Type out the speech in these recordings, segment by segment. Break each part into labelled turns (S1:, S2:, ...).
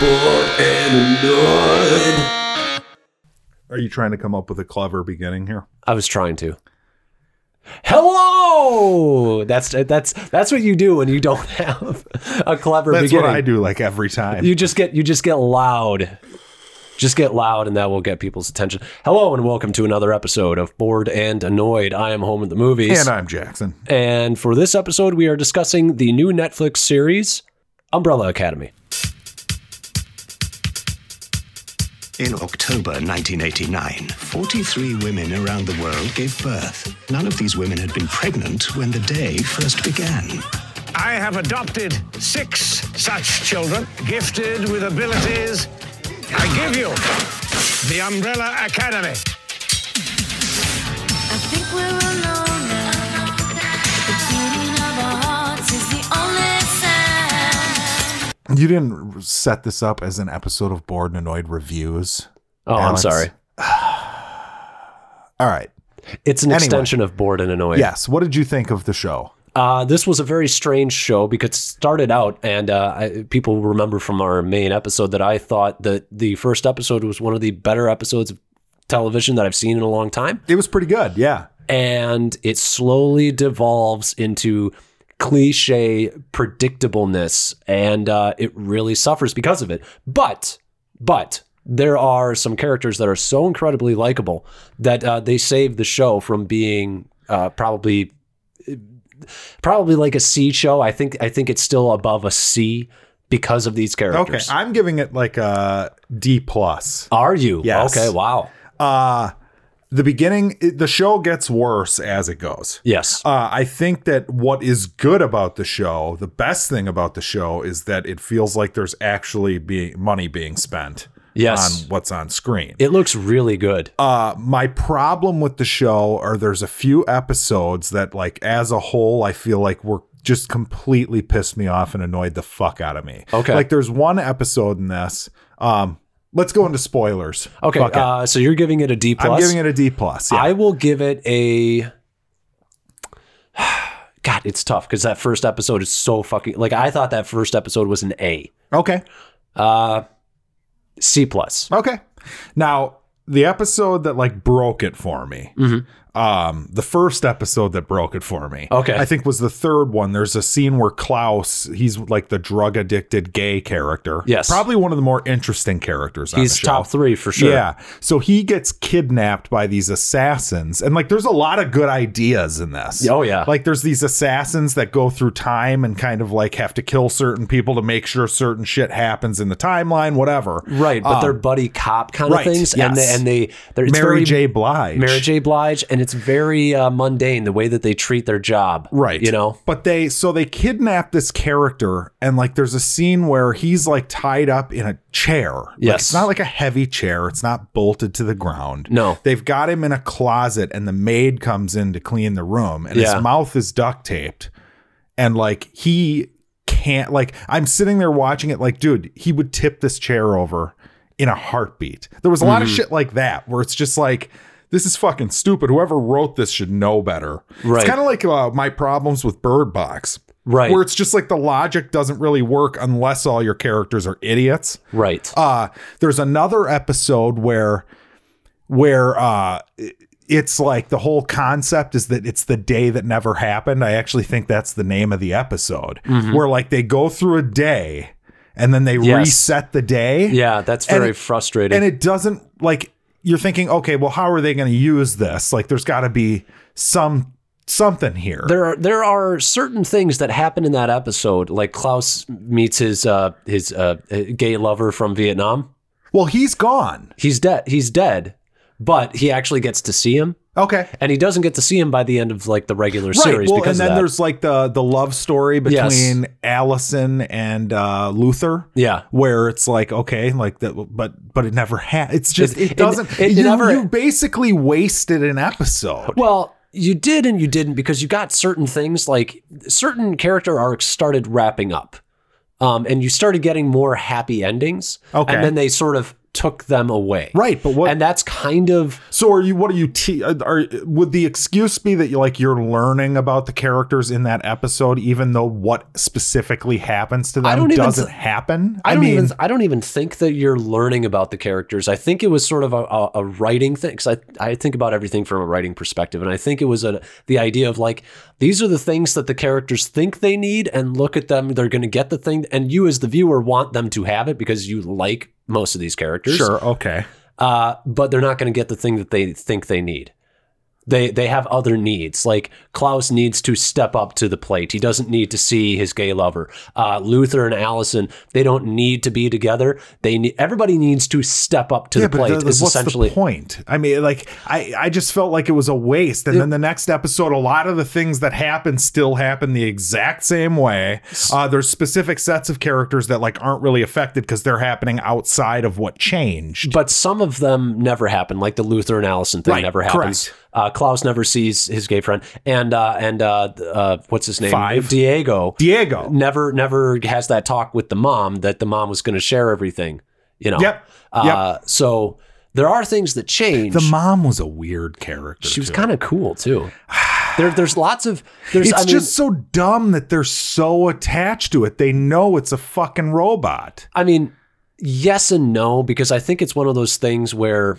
S1: bored and annoyed.
S2: Are you trying to come up with a clever beginning here?
S3: I was trying to. Hello. That's that's that's what you do when you don't have a clever
S2: That's
S3: beginning.
S2: what I do like every time.
S3: You just get you just get loud. Just get loud and that will get people's attention. Hello and welcome to another episode of Bored and Annoyed. I am home at the movies.
S2: and I'm Jackson.
S3: And for this episode we are discussing the new Netflix series Umbrella Academy.
S4: In October 1989, 43 women around the world gave birth. None of these women had been pregnant when the day first began.
S5: I have adopted six such children, gifted with abilities. I give you the Umbrella Academy.
S6: I think we're alone now. The beating of our hearts is the only sound.
S2: You didn't set this up as an episode of Bored and Annoyed Reviews.
S3: Oh,
S2: Alex.
S3: I'm sorry.
S2: All right.
S3: It's an
S2: Anyway.
S3: extension of Bored and Annoyed.
S2: Yes. What did you think of the show?
S3: Uh, this was a very strange show because it started out, and uh, I, people remember from our main episode that I thought that the first episode was one of the better episodes of television that I've seen in a long time.
S2: It was pretty good. Yeah.
S3: And it slowly devolves into cliche predictableness, and uh, it really suffers because of it. But, but there are some characters that are so incredibly likable that uh, they save the show from being uh, probably probably like a C show. I think I think it's still above a C because of these
S2: Okay.
S3: characters.
S2: I'm giving it like a D plus.
S3: Are you?
S2: Yes.
S3: Okay. Wow.
S2: Uh the beginning it- the show gets worse as it goes.
S3: Yes.
S2: Uh, I think that what is good about the show, the best thing about the show, is that it feels like there's actually being money being spent
S3: Yes.
S2: on what's on screen.
S3: it looks really good.
S2: um, Uh, my problem with the show are there's a few episodes that, like as a whole, I feel like were just completely pissed me off and annoyed the fuck out of me.
S3: Okay.
S2: like there's one episode in this. Um, let's go into spoilers.
S3: okay.
S2: Fuck it.
S3: Uh, so you're giving it a D plus.
S2: I'm giving it a D plus. Yeah.
S3: I will give it a. God, it's tough because that first episode is so fucking. Like I thought that first episode was an A,
S2: okay.
S3: C plus.
S2: Okay. Now, the episode that like broke it for me, um, the first episode that broke it for me,
S3: Mm-hmm. Okay.
S2: I think was the third one. There's a scene where Klaus, he's like the drug addicted gay character.
S3: Yes.
S2: Probably one of the more interesting characters. on the
S3: He's
S2: show.
S3: top three for sure.
S2: Yeah. So he gets kidnapped by these assassins. And like there's a lot of good ideas in this.
S3: Oh, yeah.
S2: Like there's these assassins that go through time and kind of like have to kill certain people to make sure certain shit happens in the timeline, whatever.
S3: Right, but
S2: Um,
S3: they're buddy cop kind
S2: right,
S3: of things, and they,
S2: yes.
S3: and they they're it's
S2: Mary
S3: very-
S2: J. Blige.
S3: Mary J. Blige, and it's very uh, mundane the way that they treat their job.
S2: Right.
S3: You know?
S2: But they so they kidnap this character and like there's a scene where he's like tied up in a chair. Like,
S3: Yes.
S2: it's not like a heavy chair. It's not bolted to the ground.
S3: No.
S2: They've got him in a closet and the maid comes in to clean the room and
S3: Yeah.
S2: his mouth is duct taped. And like he can't like I'm sitting there watching it like dude, he would tip this chair over in a heartbeat. There was a
S3: Mm-hmm.
S2: lot of shit like that where it's just like this is fucking stupid. Whoever wrote this should know better.
S3: Right.
S2: It's kind of like uh, my problems with Bird Box,
S3: Right.
S2: where it's just like the logic doesn't really work unless all your characters are idiots.
S3: Right.
S2: Uh, there's another episode where where uh, it- it's like the whole concept is that it's the day that never happened. I actually think that's the name of the episode, where like they go through a day and then they
S3: Mm-hmm. Yes.
S2: reset the day.
S3: yeah, that's
S2: and
S3: very
S2: it-
S3: frustrating.
S2: And it doesn't like you're thinking, okay, well, how are they going to use this? Like, there's got to be some something here.
S3: there are there are certain things that happen in that episode, like Klaus meets his uh, his uh, gay lover from Vietnam.
S2: well, he's gone.
S3: He's dead. He's dead, but he actually gets to see him,
S2: Okay.
S3: and he doesn't get to see him by the end of like the regular
S2: Right.
S3: series
S2: Well, and
S3: because
S2: then
S3: of that.
S2: there's like the the love story between
S3: Yes.
S2: Allison and uh, Luther.
S3: Yeah.
S2: Where it's like okay, like that, but but it never had. It's just
S3: It-
S2: it,
S3: it-
S2: doesn't.
S3: it- it
S2: you,
S3: never-
S2: you basically wasted an episode.
S3: Well, you did and you didn't because you got certain things like certain character arcs started wrapping up. Um, and you started getting more happy endings.
S2: Okay.
S3: And then they sort of took them away.
S2: Right, but what-
S3: And that's kind of
S2: So are you? What are you? Te- are would the excuse be that you like you're learning about the characters in that episode, even though what specifically happens to them
S3: I don't even
S2: doesn't
S3: th-
S2: happen?
S3: I, don't even I don't even think that you're learning about the characters. I think it was sort of a, a, a writing thing because I, I think about everything from a writing perspective, and I think it was a, the idea of like these are the things that the characters think they need, and look at them, they're going to get the thing, and you as the viewer want them to have it because you like most of these characters,
S2: sure. Okay.
S3: uh, but they're not going to get the thing that they think they need. They they have other needs. Like Klaus needs to step up to the plate. He doesn't need to see his gay lover. Uh, Luther and Allison they don't need to be together. They need, everybody needs to step up to the plate.
S2: th-
S3: is
S2: what's
S3: essentially
S2: the point? I mean, like I, I just felt like it was a waste. And then the next episode, a lot of the things that happen still happen the exact same way. Uh, there's specific sets of characters that like aren't really affected because they're happening outside of what changed.
S3: But some of them never happen, like the Luther and Allison thing
S2: Right,
S3: never happens.
S2: correct.
S3: Uh, Klaus never sees his gay friend, and uh, and uh, th- uh, what's his name?
S2: Five.
S3: Diego.
S2: Diego.
S3: never never has that talk with the mom that the mom was going to share everything. You know.
S2: Yep,
S3: Uh, so there are things that change.
S2: the mom was a weird character.
S3: she was
S2: too.
S3: kind of cool too. There, there's lots of there's.
S2: It's
S3: I mean,
S2: just so dumb that they're so attached to it. They know it's a fucking robot.
S3: I mean, yes and no because I think it's one of those things where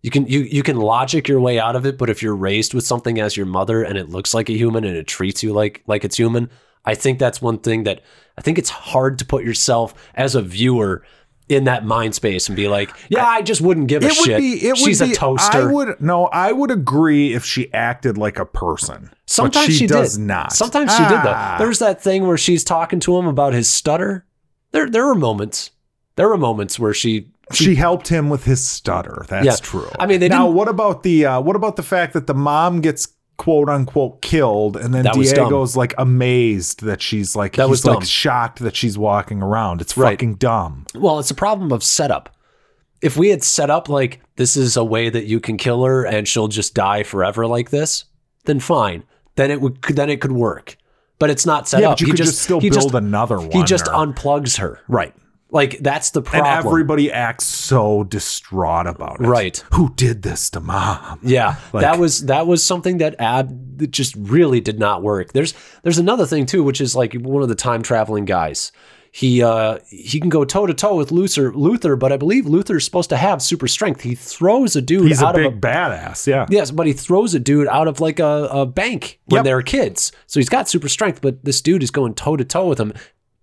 S3: you can you you can logic your way out of it, but if you're raised with something as your mother and it looks like a human and it treats you like like it's human, I think that's one thing that I think it's hard to put yourself as a viewer in that mind space and be like, yeah, I just wouldn't give a
S2: It would
S3: shit.
S2: be. It
S3: She's
S2: would be,
S3: a toaster.
S2: I would no. I would agree if she acted like a person. But
S3: Sometimes
S2: she,
S3: she,
S2: does
S3: did.
S2: not.
S3: Sometimes she did though.
S2: Ah.
S3: There was that thing where she's talking to him about his stutter. There there were moments. There were moments where she
S2: she helped him with his stutter. That's
S3: Yeah.
S2: true.
S3: I mean, they
S2: now
S3: didn't-
S2: what about the uh, what about the fact that the mom gets quote unquote killed and then
S3: That was dumb.
S2: Diego's like amazed that she's like
S3: That
S2: he's
S3: was dumb.
S2: like shocked that she's walking around. It's
S3: Right.
S2: fucking dumb.
S3: Well, it's a problem of setup. If we had set up like this is a way that you can kill her and she'll just die forever like this, then fine. Then it would then it could work. But it's not set
S2: Yeah,
S3: up.
S2: but you
S3: he
S2: could
S3: just,
S2: just, still
S3: he
S2: build
S3: just,
S2: another one.
S3: He just
S2: or-
S3: unplugs her.
S2: right.
S3: Like that's the problem.
S2: And everybody acts so distraught about it.
S3: Right.
S2: Who did this to mom?
S3: Yeah,
S2: Like-
S3: that was that was something that ab that just really did not work. There's there's another thing too, which is like one of the time traveling guys. He uh he can go toe to toe with Luther Luther, but I believe Luther's supposed to have super strength. He throws a dude
S2: He's a
S3: out
S2: big
S3: of a
S2: badass. Yeah.
S3: Yes, but he throws a dude out of like a, a bank when
S2: Yep.
S3: they're kids. So he's got super strength, but this dude is going toe to toe with him.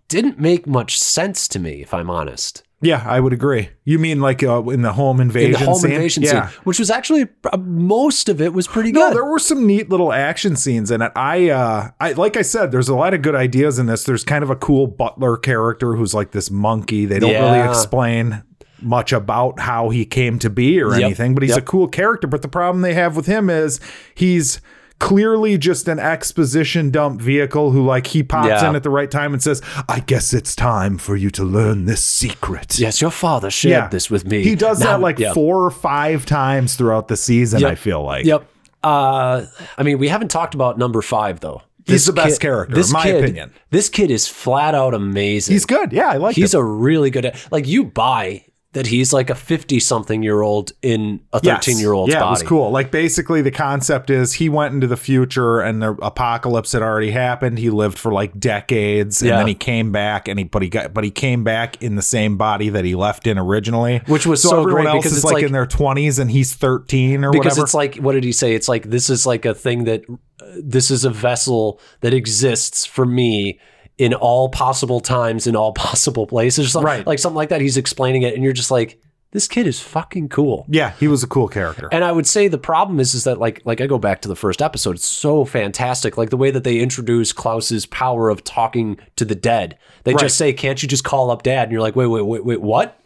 S3: Didn't make much sense to me, if I'm honest.
S2: Yeah, I would agree. You mean like uh, in the home
S3: In
S2: invasion
S3: the home
S2: scene?
S3: invasion
S2: yeah.
S3: scene, which was actually uh, most of it was pretty
S2: No,
S3: good.
S2: there were some neat little action scenes in it. I, uh, I like I said, there's a lot of good ideas in this. There's kind of a cool butler character who's like this monkey. They don't
S3: Yeah.
S2: really explain much about how he came to be or
S3: Yep.
S2: anything, but he's
S3: Yep.
S2: a cool character. But the problem they have with him is he's clearly just an exposition dump vehicle who like he pops
S3: Yeah.
S2: in at the right time and says, "I guess it's time for you to learn this secret."
S3: yes, your father shared this with me.
S2: He does
S3: Now-
S2: that like
S3: yeah.
S2: four or five times throughout the season.
S3: Yep.
S2: I feel like.
S3: Yep. Uh, I mean, we haven't talked about number five though.
S2: He's the best character, in my
S3: kid-
S2: opinion.
S3: This kid is flat out amazing.
S2: He's good. Yeah, I like.
S3: he's
S2: him.
S3: a really good like you buy that he's like a 50 something year old in a 13 year old's
S2: yeah,
S3: body
S2: it was cool. Like basically, the concept is he went into the future and the apocalypse had already happened. He lived for like decades,
S3: Yeah.
S2: and then he came back, and he but he got but he came back in the same body that he left in originally,
S3: Which was so
S2: everyone
S3: great
S2: else
S3: because
S2: is
S3: it's
S2: like,
S3: like-
S2: in their twenties and he's thirteen or
S3: because
S2: whatever.
S3: it's like what did he say it's like this is like a thing that uh, this is a vessel that exists for me in all possible times in all possible places or something,
S2: Right.
S3: like something like that he's explaining it and you're just like this kid is fucking cool
S2: yeah, he was a cool character.
S3: And I would say the problem is, is that like like I go back to the first episode. It's so fantastic, like the way that they introduce Klaus's power of talking to the dead. They
S2: Right.
S3: just say, "Can't you just call up Dad?" And you're like, "Wait, wait, wait, wait, what?"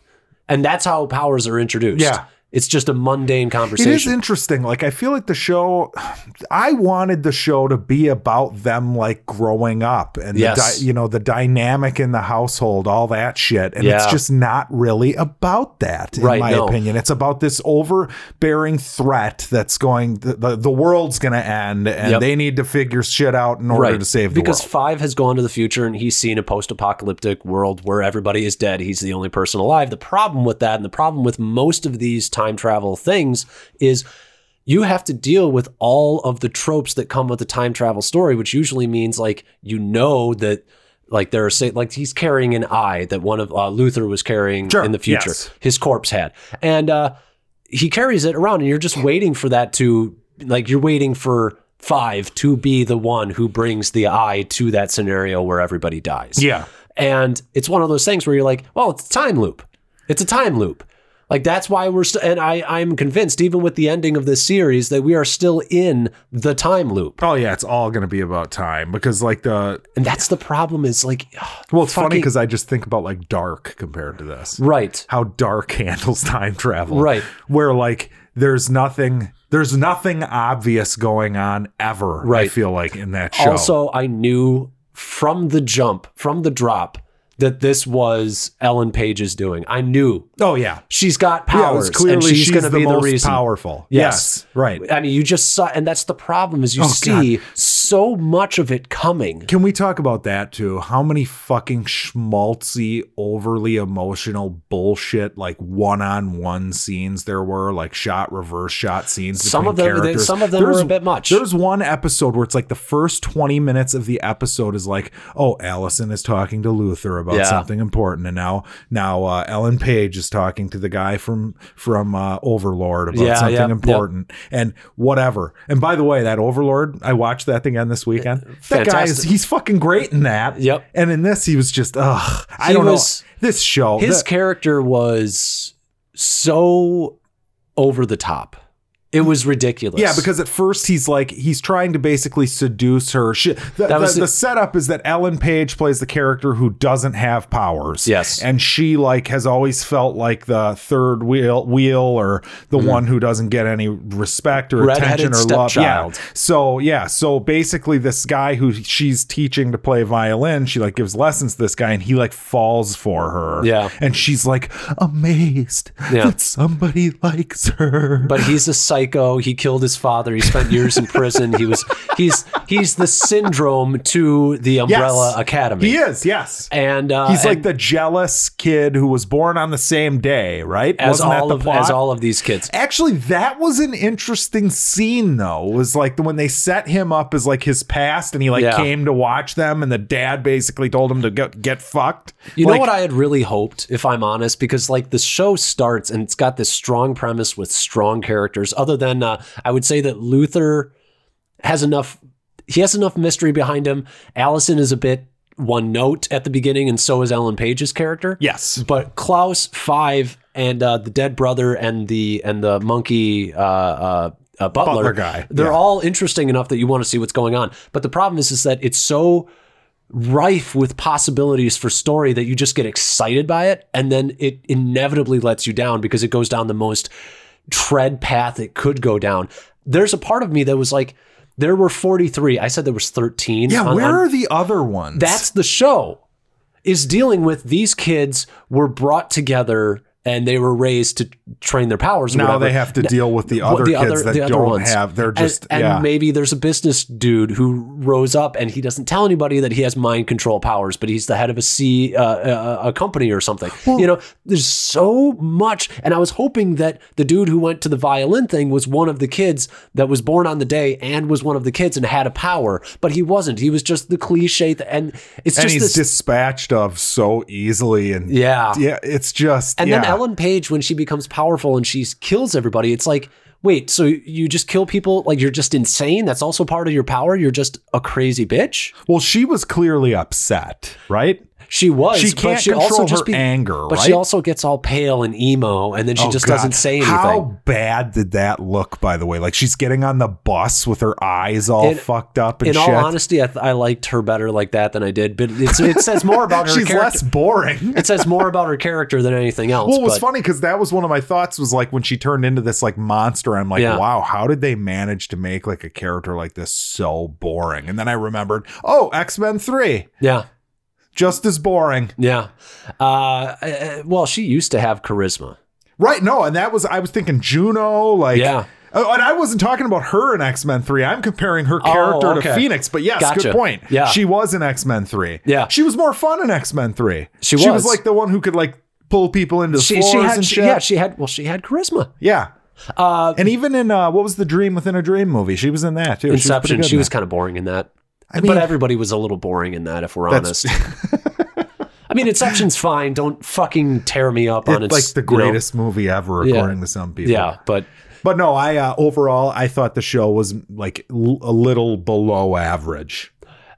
S3: And that's how powers are introduced.
S2: Yeah.
S3: It's just a mundane
S2: It is
S3: conversation.
S2: interesting. Like I feel like the show, I wanted the show to be about them like growing up and
S3: Yes.
S2: the di- you know the dynamic in the household, all that shit, and it's
S3: Yeah.
S2: just not really about that in
S3: Right,
S2: my
S3: no.
S2: opinion. It's about this overbearing threat that's going the the, the world's going to end, and
S3: Yep.
S2: they need to figure shit out in order to save the
S3: because
S2: world.
S3: Five has gone to the future and he's seen a post-apocalyptic world where everybody is dead. He's the only person alive. The problem with that, and the problem with most of these time travel things, is you have to deal with all of the tropes that come with a time travel story, which usually means like you know that. Like there are say like he's carrying an eye that one of uh, Luther was carrying
S2: Sure,
S3: in the future.
S2: yes.
S3: His corpse had, and uh, he carries it around and you're just waiting for that to like you're waiting for five to be the one who brings the eye to that scenario where everybody dies
S2: Yeah.
S3: and it's one of those things where you're like well it's a time loop it's a time loop like that's why we're st- and i i'm convinced even with the ending of this series that we are still in the time loop
S2: Oh yeah, it's all going to be about time because like the
S3: and that's the problem is like
S2: well, it's funny
S3: Fucking-
S2: because I just think about like Dark compared to this,
S3: right
S2: how dark handles time travel
S3: Right.
S2: where like there's nothing there's nothing obvious going on ever i
S3: Right.
S2: feel like in that show
S3: Also, I knew from the jump, from the drop, that this was Ellen Page's doing. I knew
S2: oh yeah
S3: she's got
S2: yeah it
S3: powers,
S2: was clearly
S3: and she's, going to
S2: the
S3: be
S2: most
S3: the reason.
S2: powerful
S3: Yes.
S2: yes, right Oh,
S3: I mean, you just saw, and that's the problem is you see so much of it coming.
S2: can we talk about that too how many fucking schmaltzy overly emotional bullshit like one-on-one scenes there were like shot reverse shot scenes
S3: Some
S2: between
S3: of them-
S2: characters.
S3: some of them were a bit much.
S2: there's one episode where it's like the first 20 minutes of the episode is like oh allison is talking to luther about
S3: Yeah.
S2: something important and now now uh, ellen page is talking to the guy from from uh, overlord about
S3: Yeah,
S2: something
S3: yep, yep.
S2: important and whatever and by the way that overlord i watched that thing on this weekend that guy is
S3: Fantastic.
S2: he's fucking great in that.
S3: Yep.
S2: And in this, he was just, ugh. I
S3: He
S2: don't
S3: was-
S2: know. This show,
S3: His
S2: the-
S3: character was so over the top. It was ridiculous.
S2: yeah, because at first he's like he's trying to basically seduce her. She, the,
S3: That was
S2: the,
S3: it.
S2: the setup is that Ellen Page plays the character who doesn't have powers.
S3: Yes.
S2: and she like has always felt like the third wheel, wheel or the one who doesn't get any respect or
S3: Mm-hmm. Redheaded
S2: attention or love. Yeah.
S3: stepchild.
S2: So yeah, so basically this guy who she's teaching to play violin, she like gives lessons to this guy, and he like falls for her.
S3: Yeah.
S2: and she's like amazed
S3: Yeah.
S2: that somebody likes her.
S3: but he's a psycho. He killed his father. He spent years in prison. He was he's he's the syndrome to the Umbrella Academy.
S2: He is, yes.
S3: and uh,
S2: He's like
S3: and
S2: the jealous kid who was born on the same day, right?
S3: as
S2: Wasn't that
S3: all
S2: the
S3: of
S2: plot?
S3: as all of these kids.
S2: Actually, that was an interesting scene, though. Was like when they set him up as like his past, and he like
S3: Yeah.
S2: came to watch them, and the dad basically told him to get get fucked.
S3: You
S2: Like,
S3: know what I had really hoped, if I'm honest, because like the show starts and it's got this strong premise with strong characters. Other than uh, I would say that Luther has enough. He has enough mystery behind him. Allison is a bit one note at the beginning, and so is Ellen Page's character.
S2: Yes.
S3: but Klaus Five and uh, the dead brother and the and the monkey uh, uh, uh, butler,
S2: Butler guy,
S3: They're
S2: yeah.
S3: all interesting enough that you want to see what's going on. But the problem is, is that it's so rife with possibilities for story that you just get excited by it, and then it inevitably lets you down because it goes down the most tread path it could go down. There's a part of me that was like, there were 43. I said there was 13.
S2: Yeah,
S3: on-
S2: where
S3: on-
S2: are the other ones?
S3: that's the show is dealing with these kids were brought together and they were raised to train their powers. or
S2: now
S3: whatever.
S2: they have to deal with the
S3: What-
S2: other kids that
S3: the other
S2: don't
S3: ones.
S2: have. They're
S3: And-
S2: just
S3: and,
S2: yeah.
S3: maybe there's a business dude who rose up and he doesn't tell anybody that he has mind control powers, but he's the head of a C uh, uh, a company or something. you know, there's so much, and I was hoping that the dude who went to the violin thing was one of the kids that was born on the day and was one of the kids and had a power, but he wasn't. He was just the cliche, th- and it's
S2: and
S3: just
S2: he's
S3: this.
S2: dispatched of so easily, and
S3: yeah.
S2: yeah, it's just
S3: And
S2: yeah.
S3: then Ellen Page, when she becomes powerful and she kills everybody, it's like, wait, so you just kill people? Like you're just insane? That's also part of your power? You're just a crazy bitch?
S2: Well, she was clearly upset, right?
S3: She was.
S2: She
S3: but
S2: can't
S3: she also
S2: control
S3: just
S2: her
S3: be-
S2: anger,
S3: But she
S2: right?
S3: also gets all pale and emo, and then she
S2: Oh,
S3: just
S2: God.
S3: doesn't say anything.
S2: How bad did that look, by the way? Like she's getting on the bus with her eyes all
S3: In-
S2: fucked up and
S3: In
S2: shit.
S3: all honesty, I, th- I liked her better like that than I did. But it's, it says more about her
S2: she's
S3: character.
S2: less boring.
S3: It says more about her character than anything else.
S2: Well, it was
S3: but
S2: funny because that was one of my thoughts was like when she turned into this like monster. I'm like,
S3: Yeah.
S2: wow, how did they manage to make like a character like this so boring? And then I remembered, oh, X Men Three,
S3: Yeah,
S2: just as boring,
S3: yeah. Uh, uh, well, she used to have charisma.
S2: right? No, and that was I was thinking Juno, like,
S3: Yeah.
S2: Oh, and I wasn't talking about her in X Men Three. I'm comparing her character
S3: Oh, okay.
S2: to Phoenix. But yes,
S3: Gotcha.
S2: good point.
S3: Yeah.
S2: she was in X Men Three.
S3: Yeah.
S2: she was more fun in X Men Three.
S3: She
S2: She was
S3: was.
S2: like the one who could like pull people into the
S3: She,
S2: floors
S3: she had
S2: and
S3: she-
S2: shit.
S3: yeah she had well she had charisma.
S2: Yeah. and even in uh, what was the dream within a dream movie, she was in that too.
S3: Inception. She was
S2: kind
S3: kind of boring in that.
S2: mean-
S3: but everybody was a little boring in that, if we're
S2: That's-
S3: honest. I mean, Inception's fine. Don't fucking tear me up on
S2: of
S3: its
S2: like the
S3: you know,
S2: greatest movie ever,
S3: Yeah.
S2: according to some people.
S3: yeah, but
S2: but no, I uh, overall I thought the show was like l- a little below average.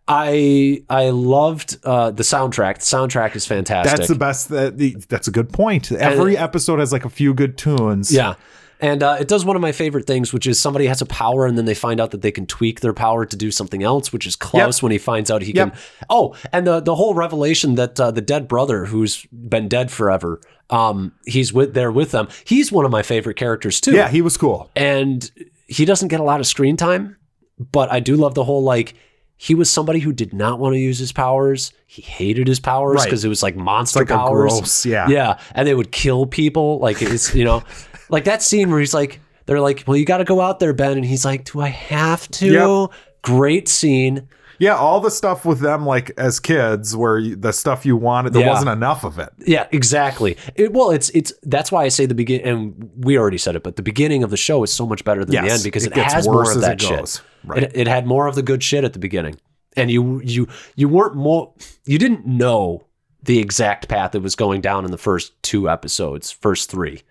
S3: I I loved uh, the soundtrack. The soundtrack is fantastic. Uh,
S2: That's the best. That the, that's a good point. Every episode has like a few good tunes.
S3: yeah. And uh, it does one of my favorite things, which is somebody has a power and then they find out that they can tweak their power to do something else, which is Klaus when he finds out he
S2: Yep.
S3: can. Oh, and the the whole revelation that uh, the dead brother who's been dead forever, um, he's with there with them. He's one of my favorite characters too.
S2: yeah, he was cool.
S3: and he doesn't get a lot of screen time, but I do love the whole like he was somebody who did not want to use his powers. He hated his powers
S2: Right.
S3: because it was like monster
S2: like a
S3: powers.
S2: gross- yeah.
S3: yeah, and they would kill people. Like it's you know, like that scene where he's like, they're like, well, you got to go out there, Ben, and he's like, do I have to? Great scene.
S2: Yeah, all the stuff with them like as kids, where you, the stuff you wanted, there
S3: Yeah.
S2: wasn't enough of it.
S3: Yeah, exactly. It, well, it's it's that's why I say the begin, and we already said it, but the beginning of the show is so much better than the
S2: Yes,
S3: end because it,
S2: it gets
S3: has more
S2: worse
S3: of
S2: as
S3: that
S2: it
S3: shit.
S2: goes. Right.
S3: It, it had more of the good shit at the beginning, and you you you weren't more you didn't know the exact path it was going down in the first two episodes, first three.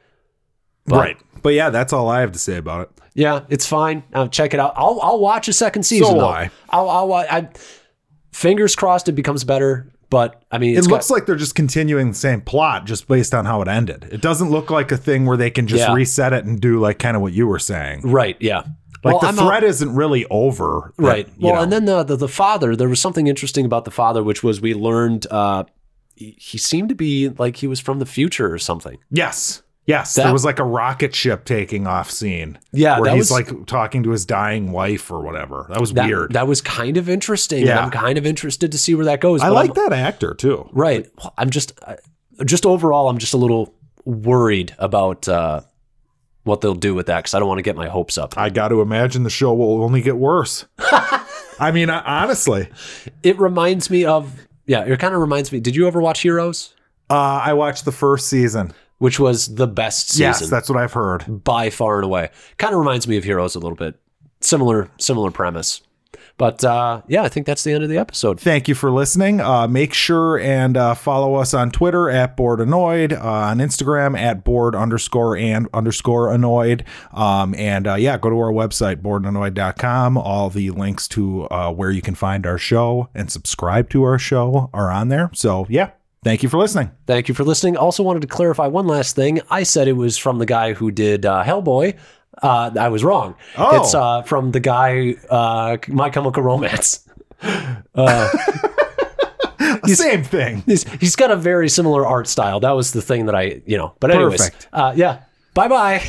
S3: But-
S2: But yeah, that's all I have to say about it.
S3: Yeah, it's fine. Uh, check it out. I'll I'll watch a second season.
S2: will
S3: though.
S2: I.
S3: I'll, I'll wa- I. Fingers crossed it becomes better, but I mean,
S2: it
S3: it's got-
S2: looks like they're just continuing the same plot just based on how it ended. It doesn't look like a thing where they can just
S3: Yeah.
S2: reset it and do like kind of what you were saying.
S3: right. Yeah.
S2: Like
S3: Well,
S2: the
S3: I'm out-
S2: threat isn't really over. that,
S3: right
S2: you
S3: well
S2: know.
S3: and then the, the the father there was something interesting about the father which was we learned uh he he seemed to be like he was from the future or something.
S2: yes. Yes,
S3: That-
S2: there was like a rocket ship taking off scene.
S3: Yeah,
S2: where
S3: that
S2: he's
S3: was-
S2: like talking to his dying wife or whatever. That was
S3: That,
S2: weird.
S3: That was kind of interesting.
S2: Yeah.
S3: And I'm kind of interested to see where that goes.
S2: I
S3: but
S2: like
S3: I'm-
S2: that actor too.
S3: Right. Well, I'm just, I- just overall, I'm just a little worried about uh, what they'll do with that because I don't want to get my hopes up.
S2: I got to imagine the show will only get worse. I mean, I, honestly,
S3: It reminds me of, yeah, it kind of reminds me. Did you ever watch Heroes?
S2: uh, I watched the first season.
S3: Which was the best season.
S2: Yes, that's what I've heard.
S3: by far and away. Kind of reminds me of Heroes a little bit. Similar, similar premise. But uh, yeah, I think that's the end of the episode.
S2: Thank you for listening. Uh, make sure and uh, follow us on Twitter at Board Annoyed, uh, on Instagram at Board underscore and underscore Annoyed. Um, and uh, yeah, go to our website, boardannoyed.com. All the links to uh, where you can find our show and subscribe to our show are on there. So yeah, thank you for listening.
S3: Thank you for listening. Also wanted to clarify one last thing. I said it was from the guy who did uh, Hellboy. Uh, I was wrong.
S2: Oh.
S3: It's uh, from the guy uh, My Chemical Romance.
S2: Same thing.
S3: He's, he's got a very similar art style. That was the thing that I, you know. But anyways,
S2: Perfect.
S3: uh, yeah. Bye bye.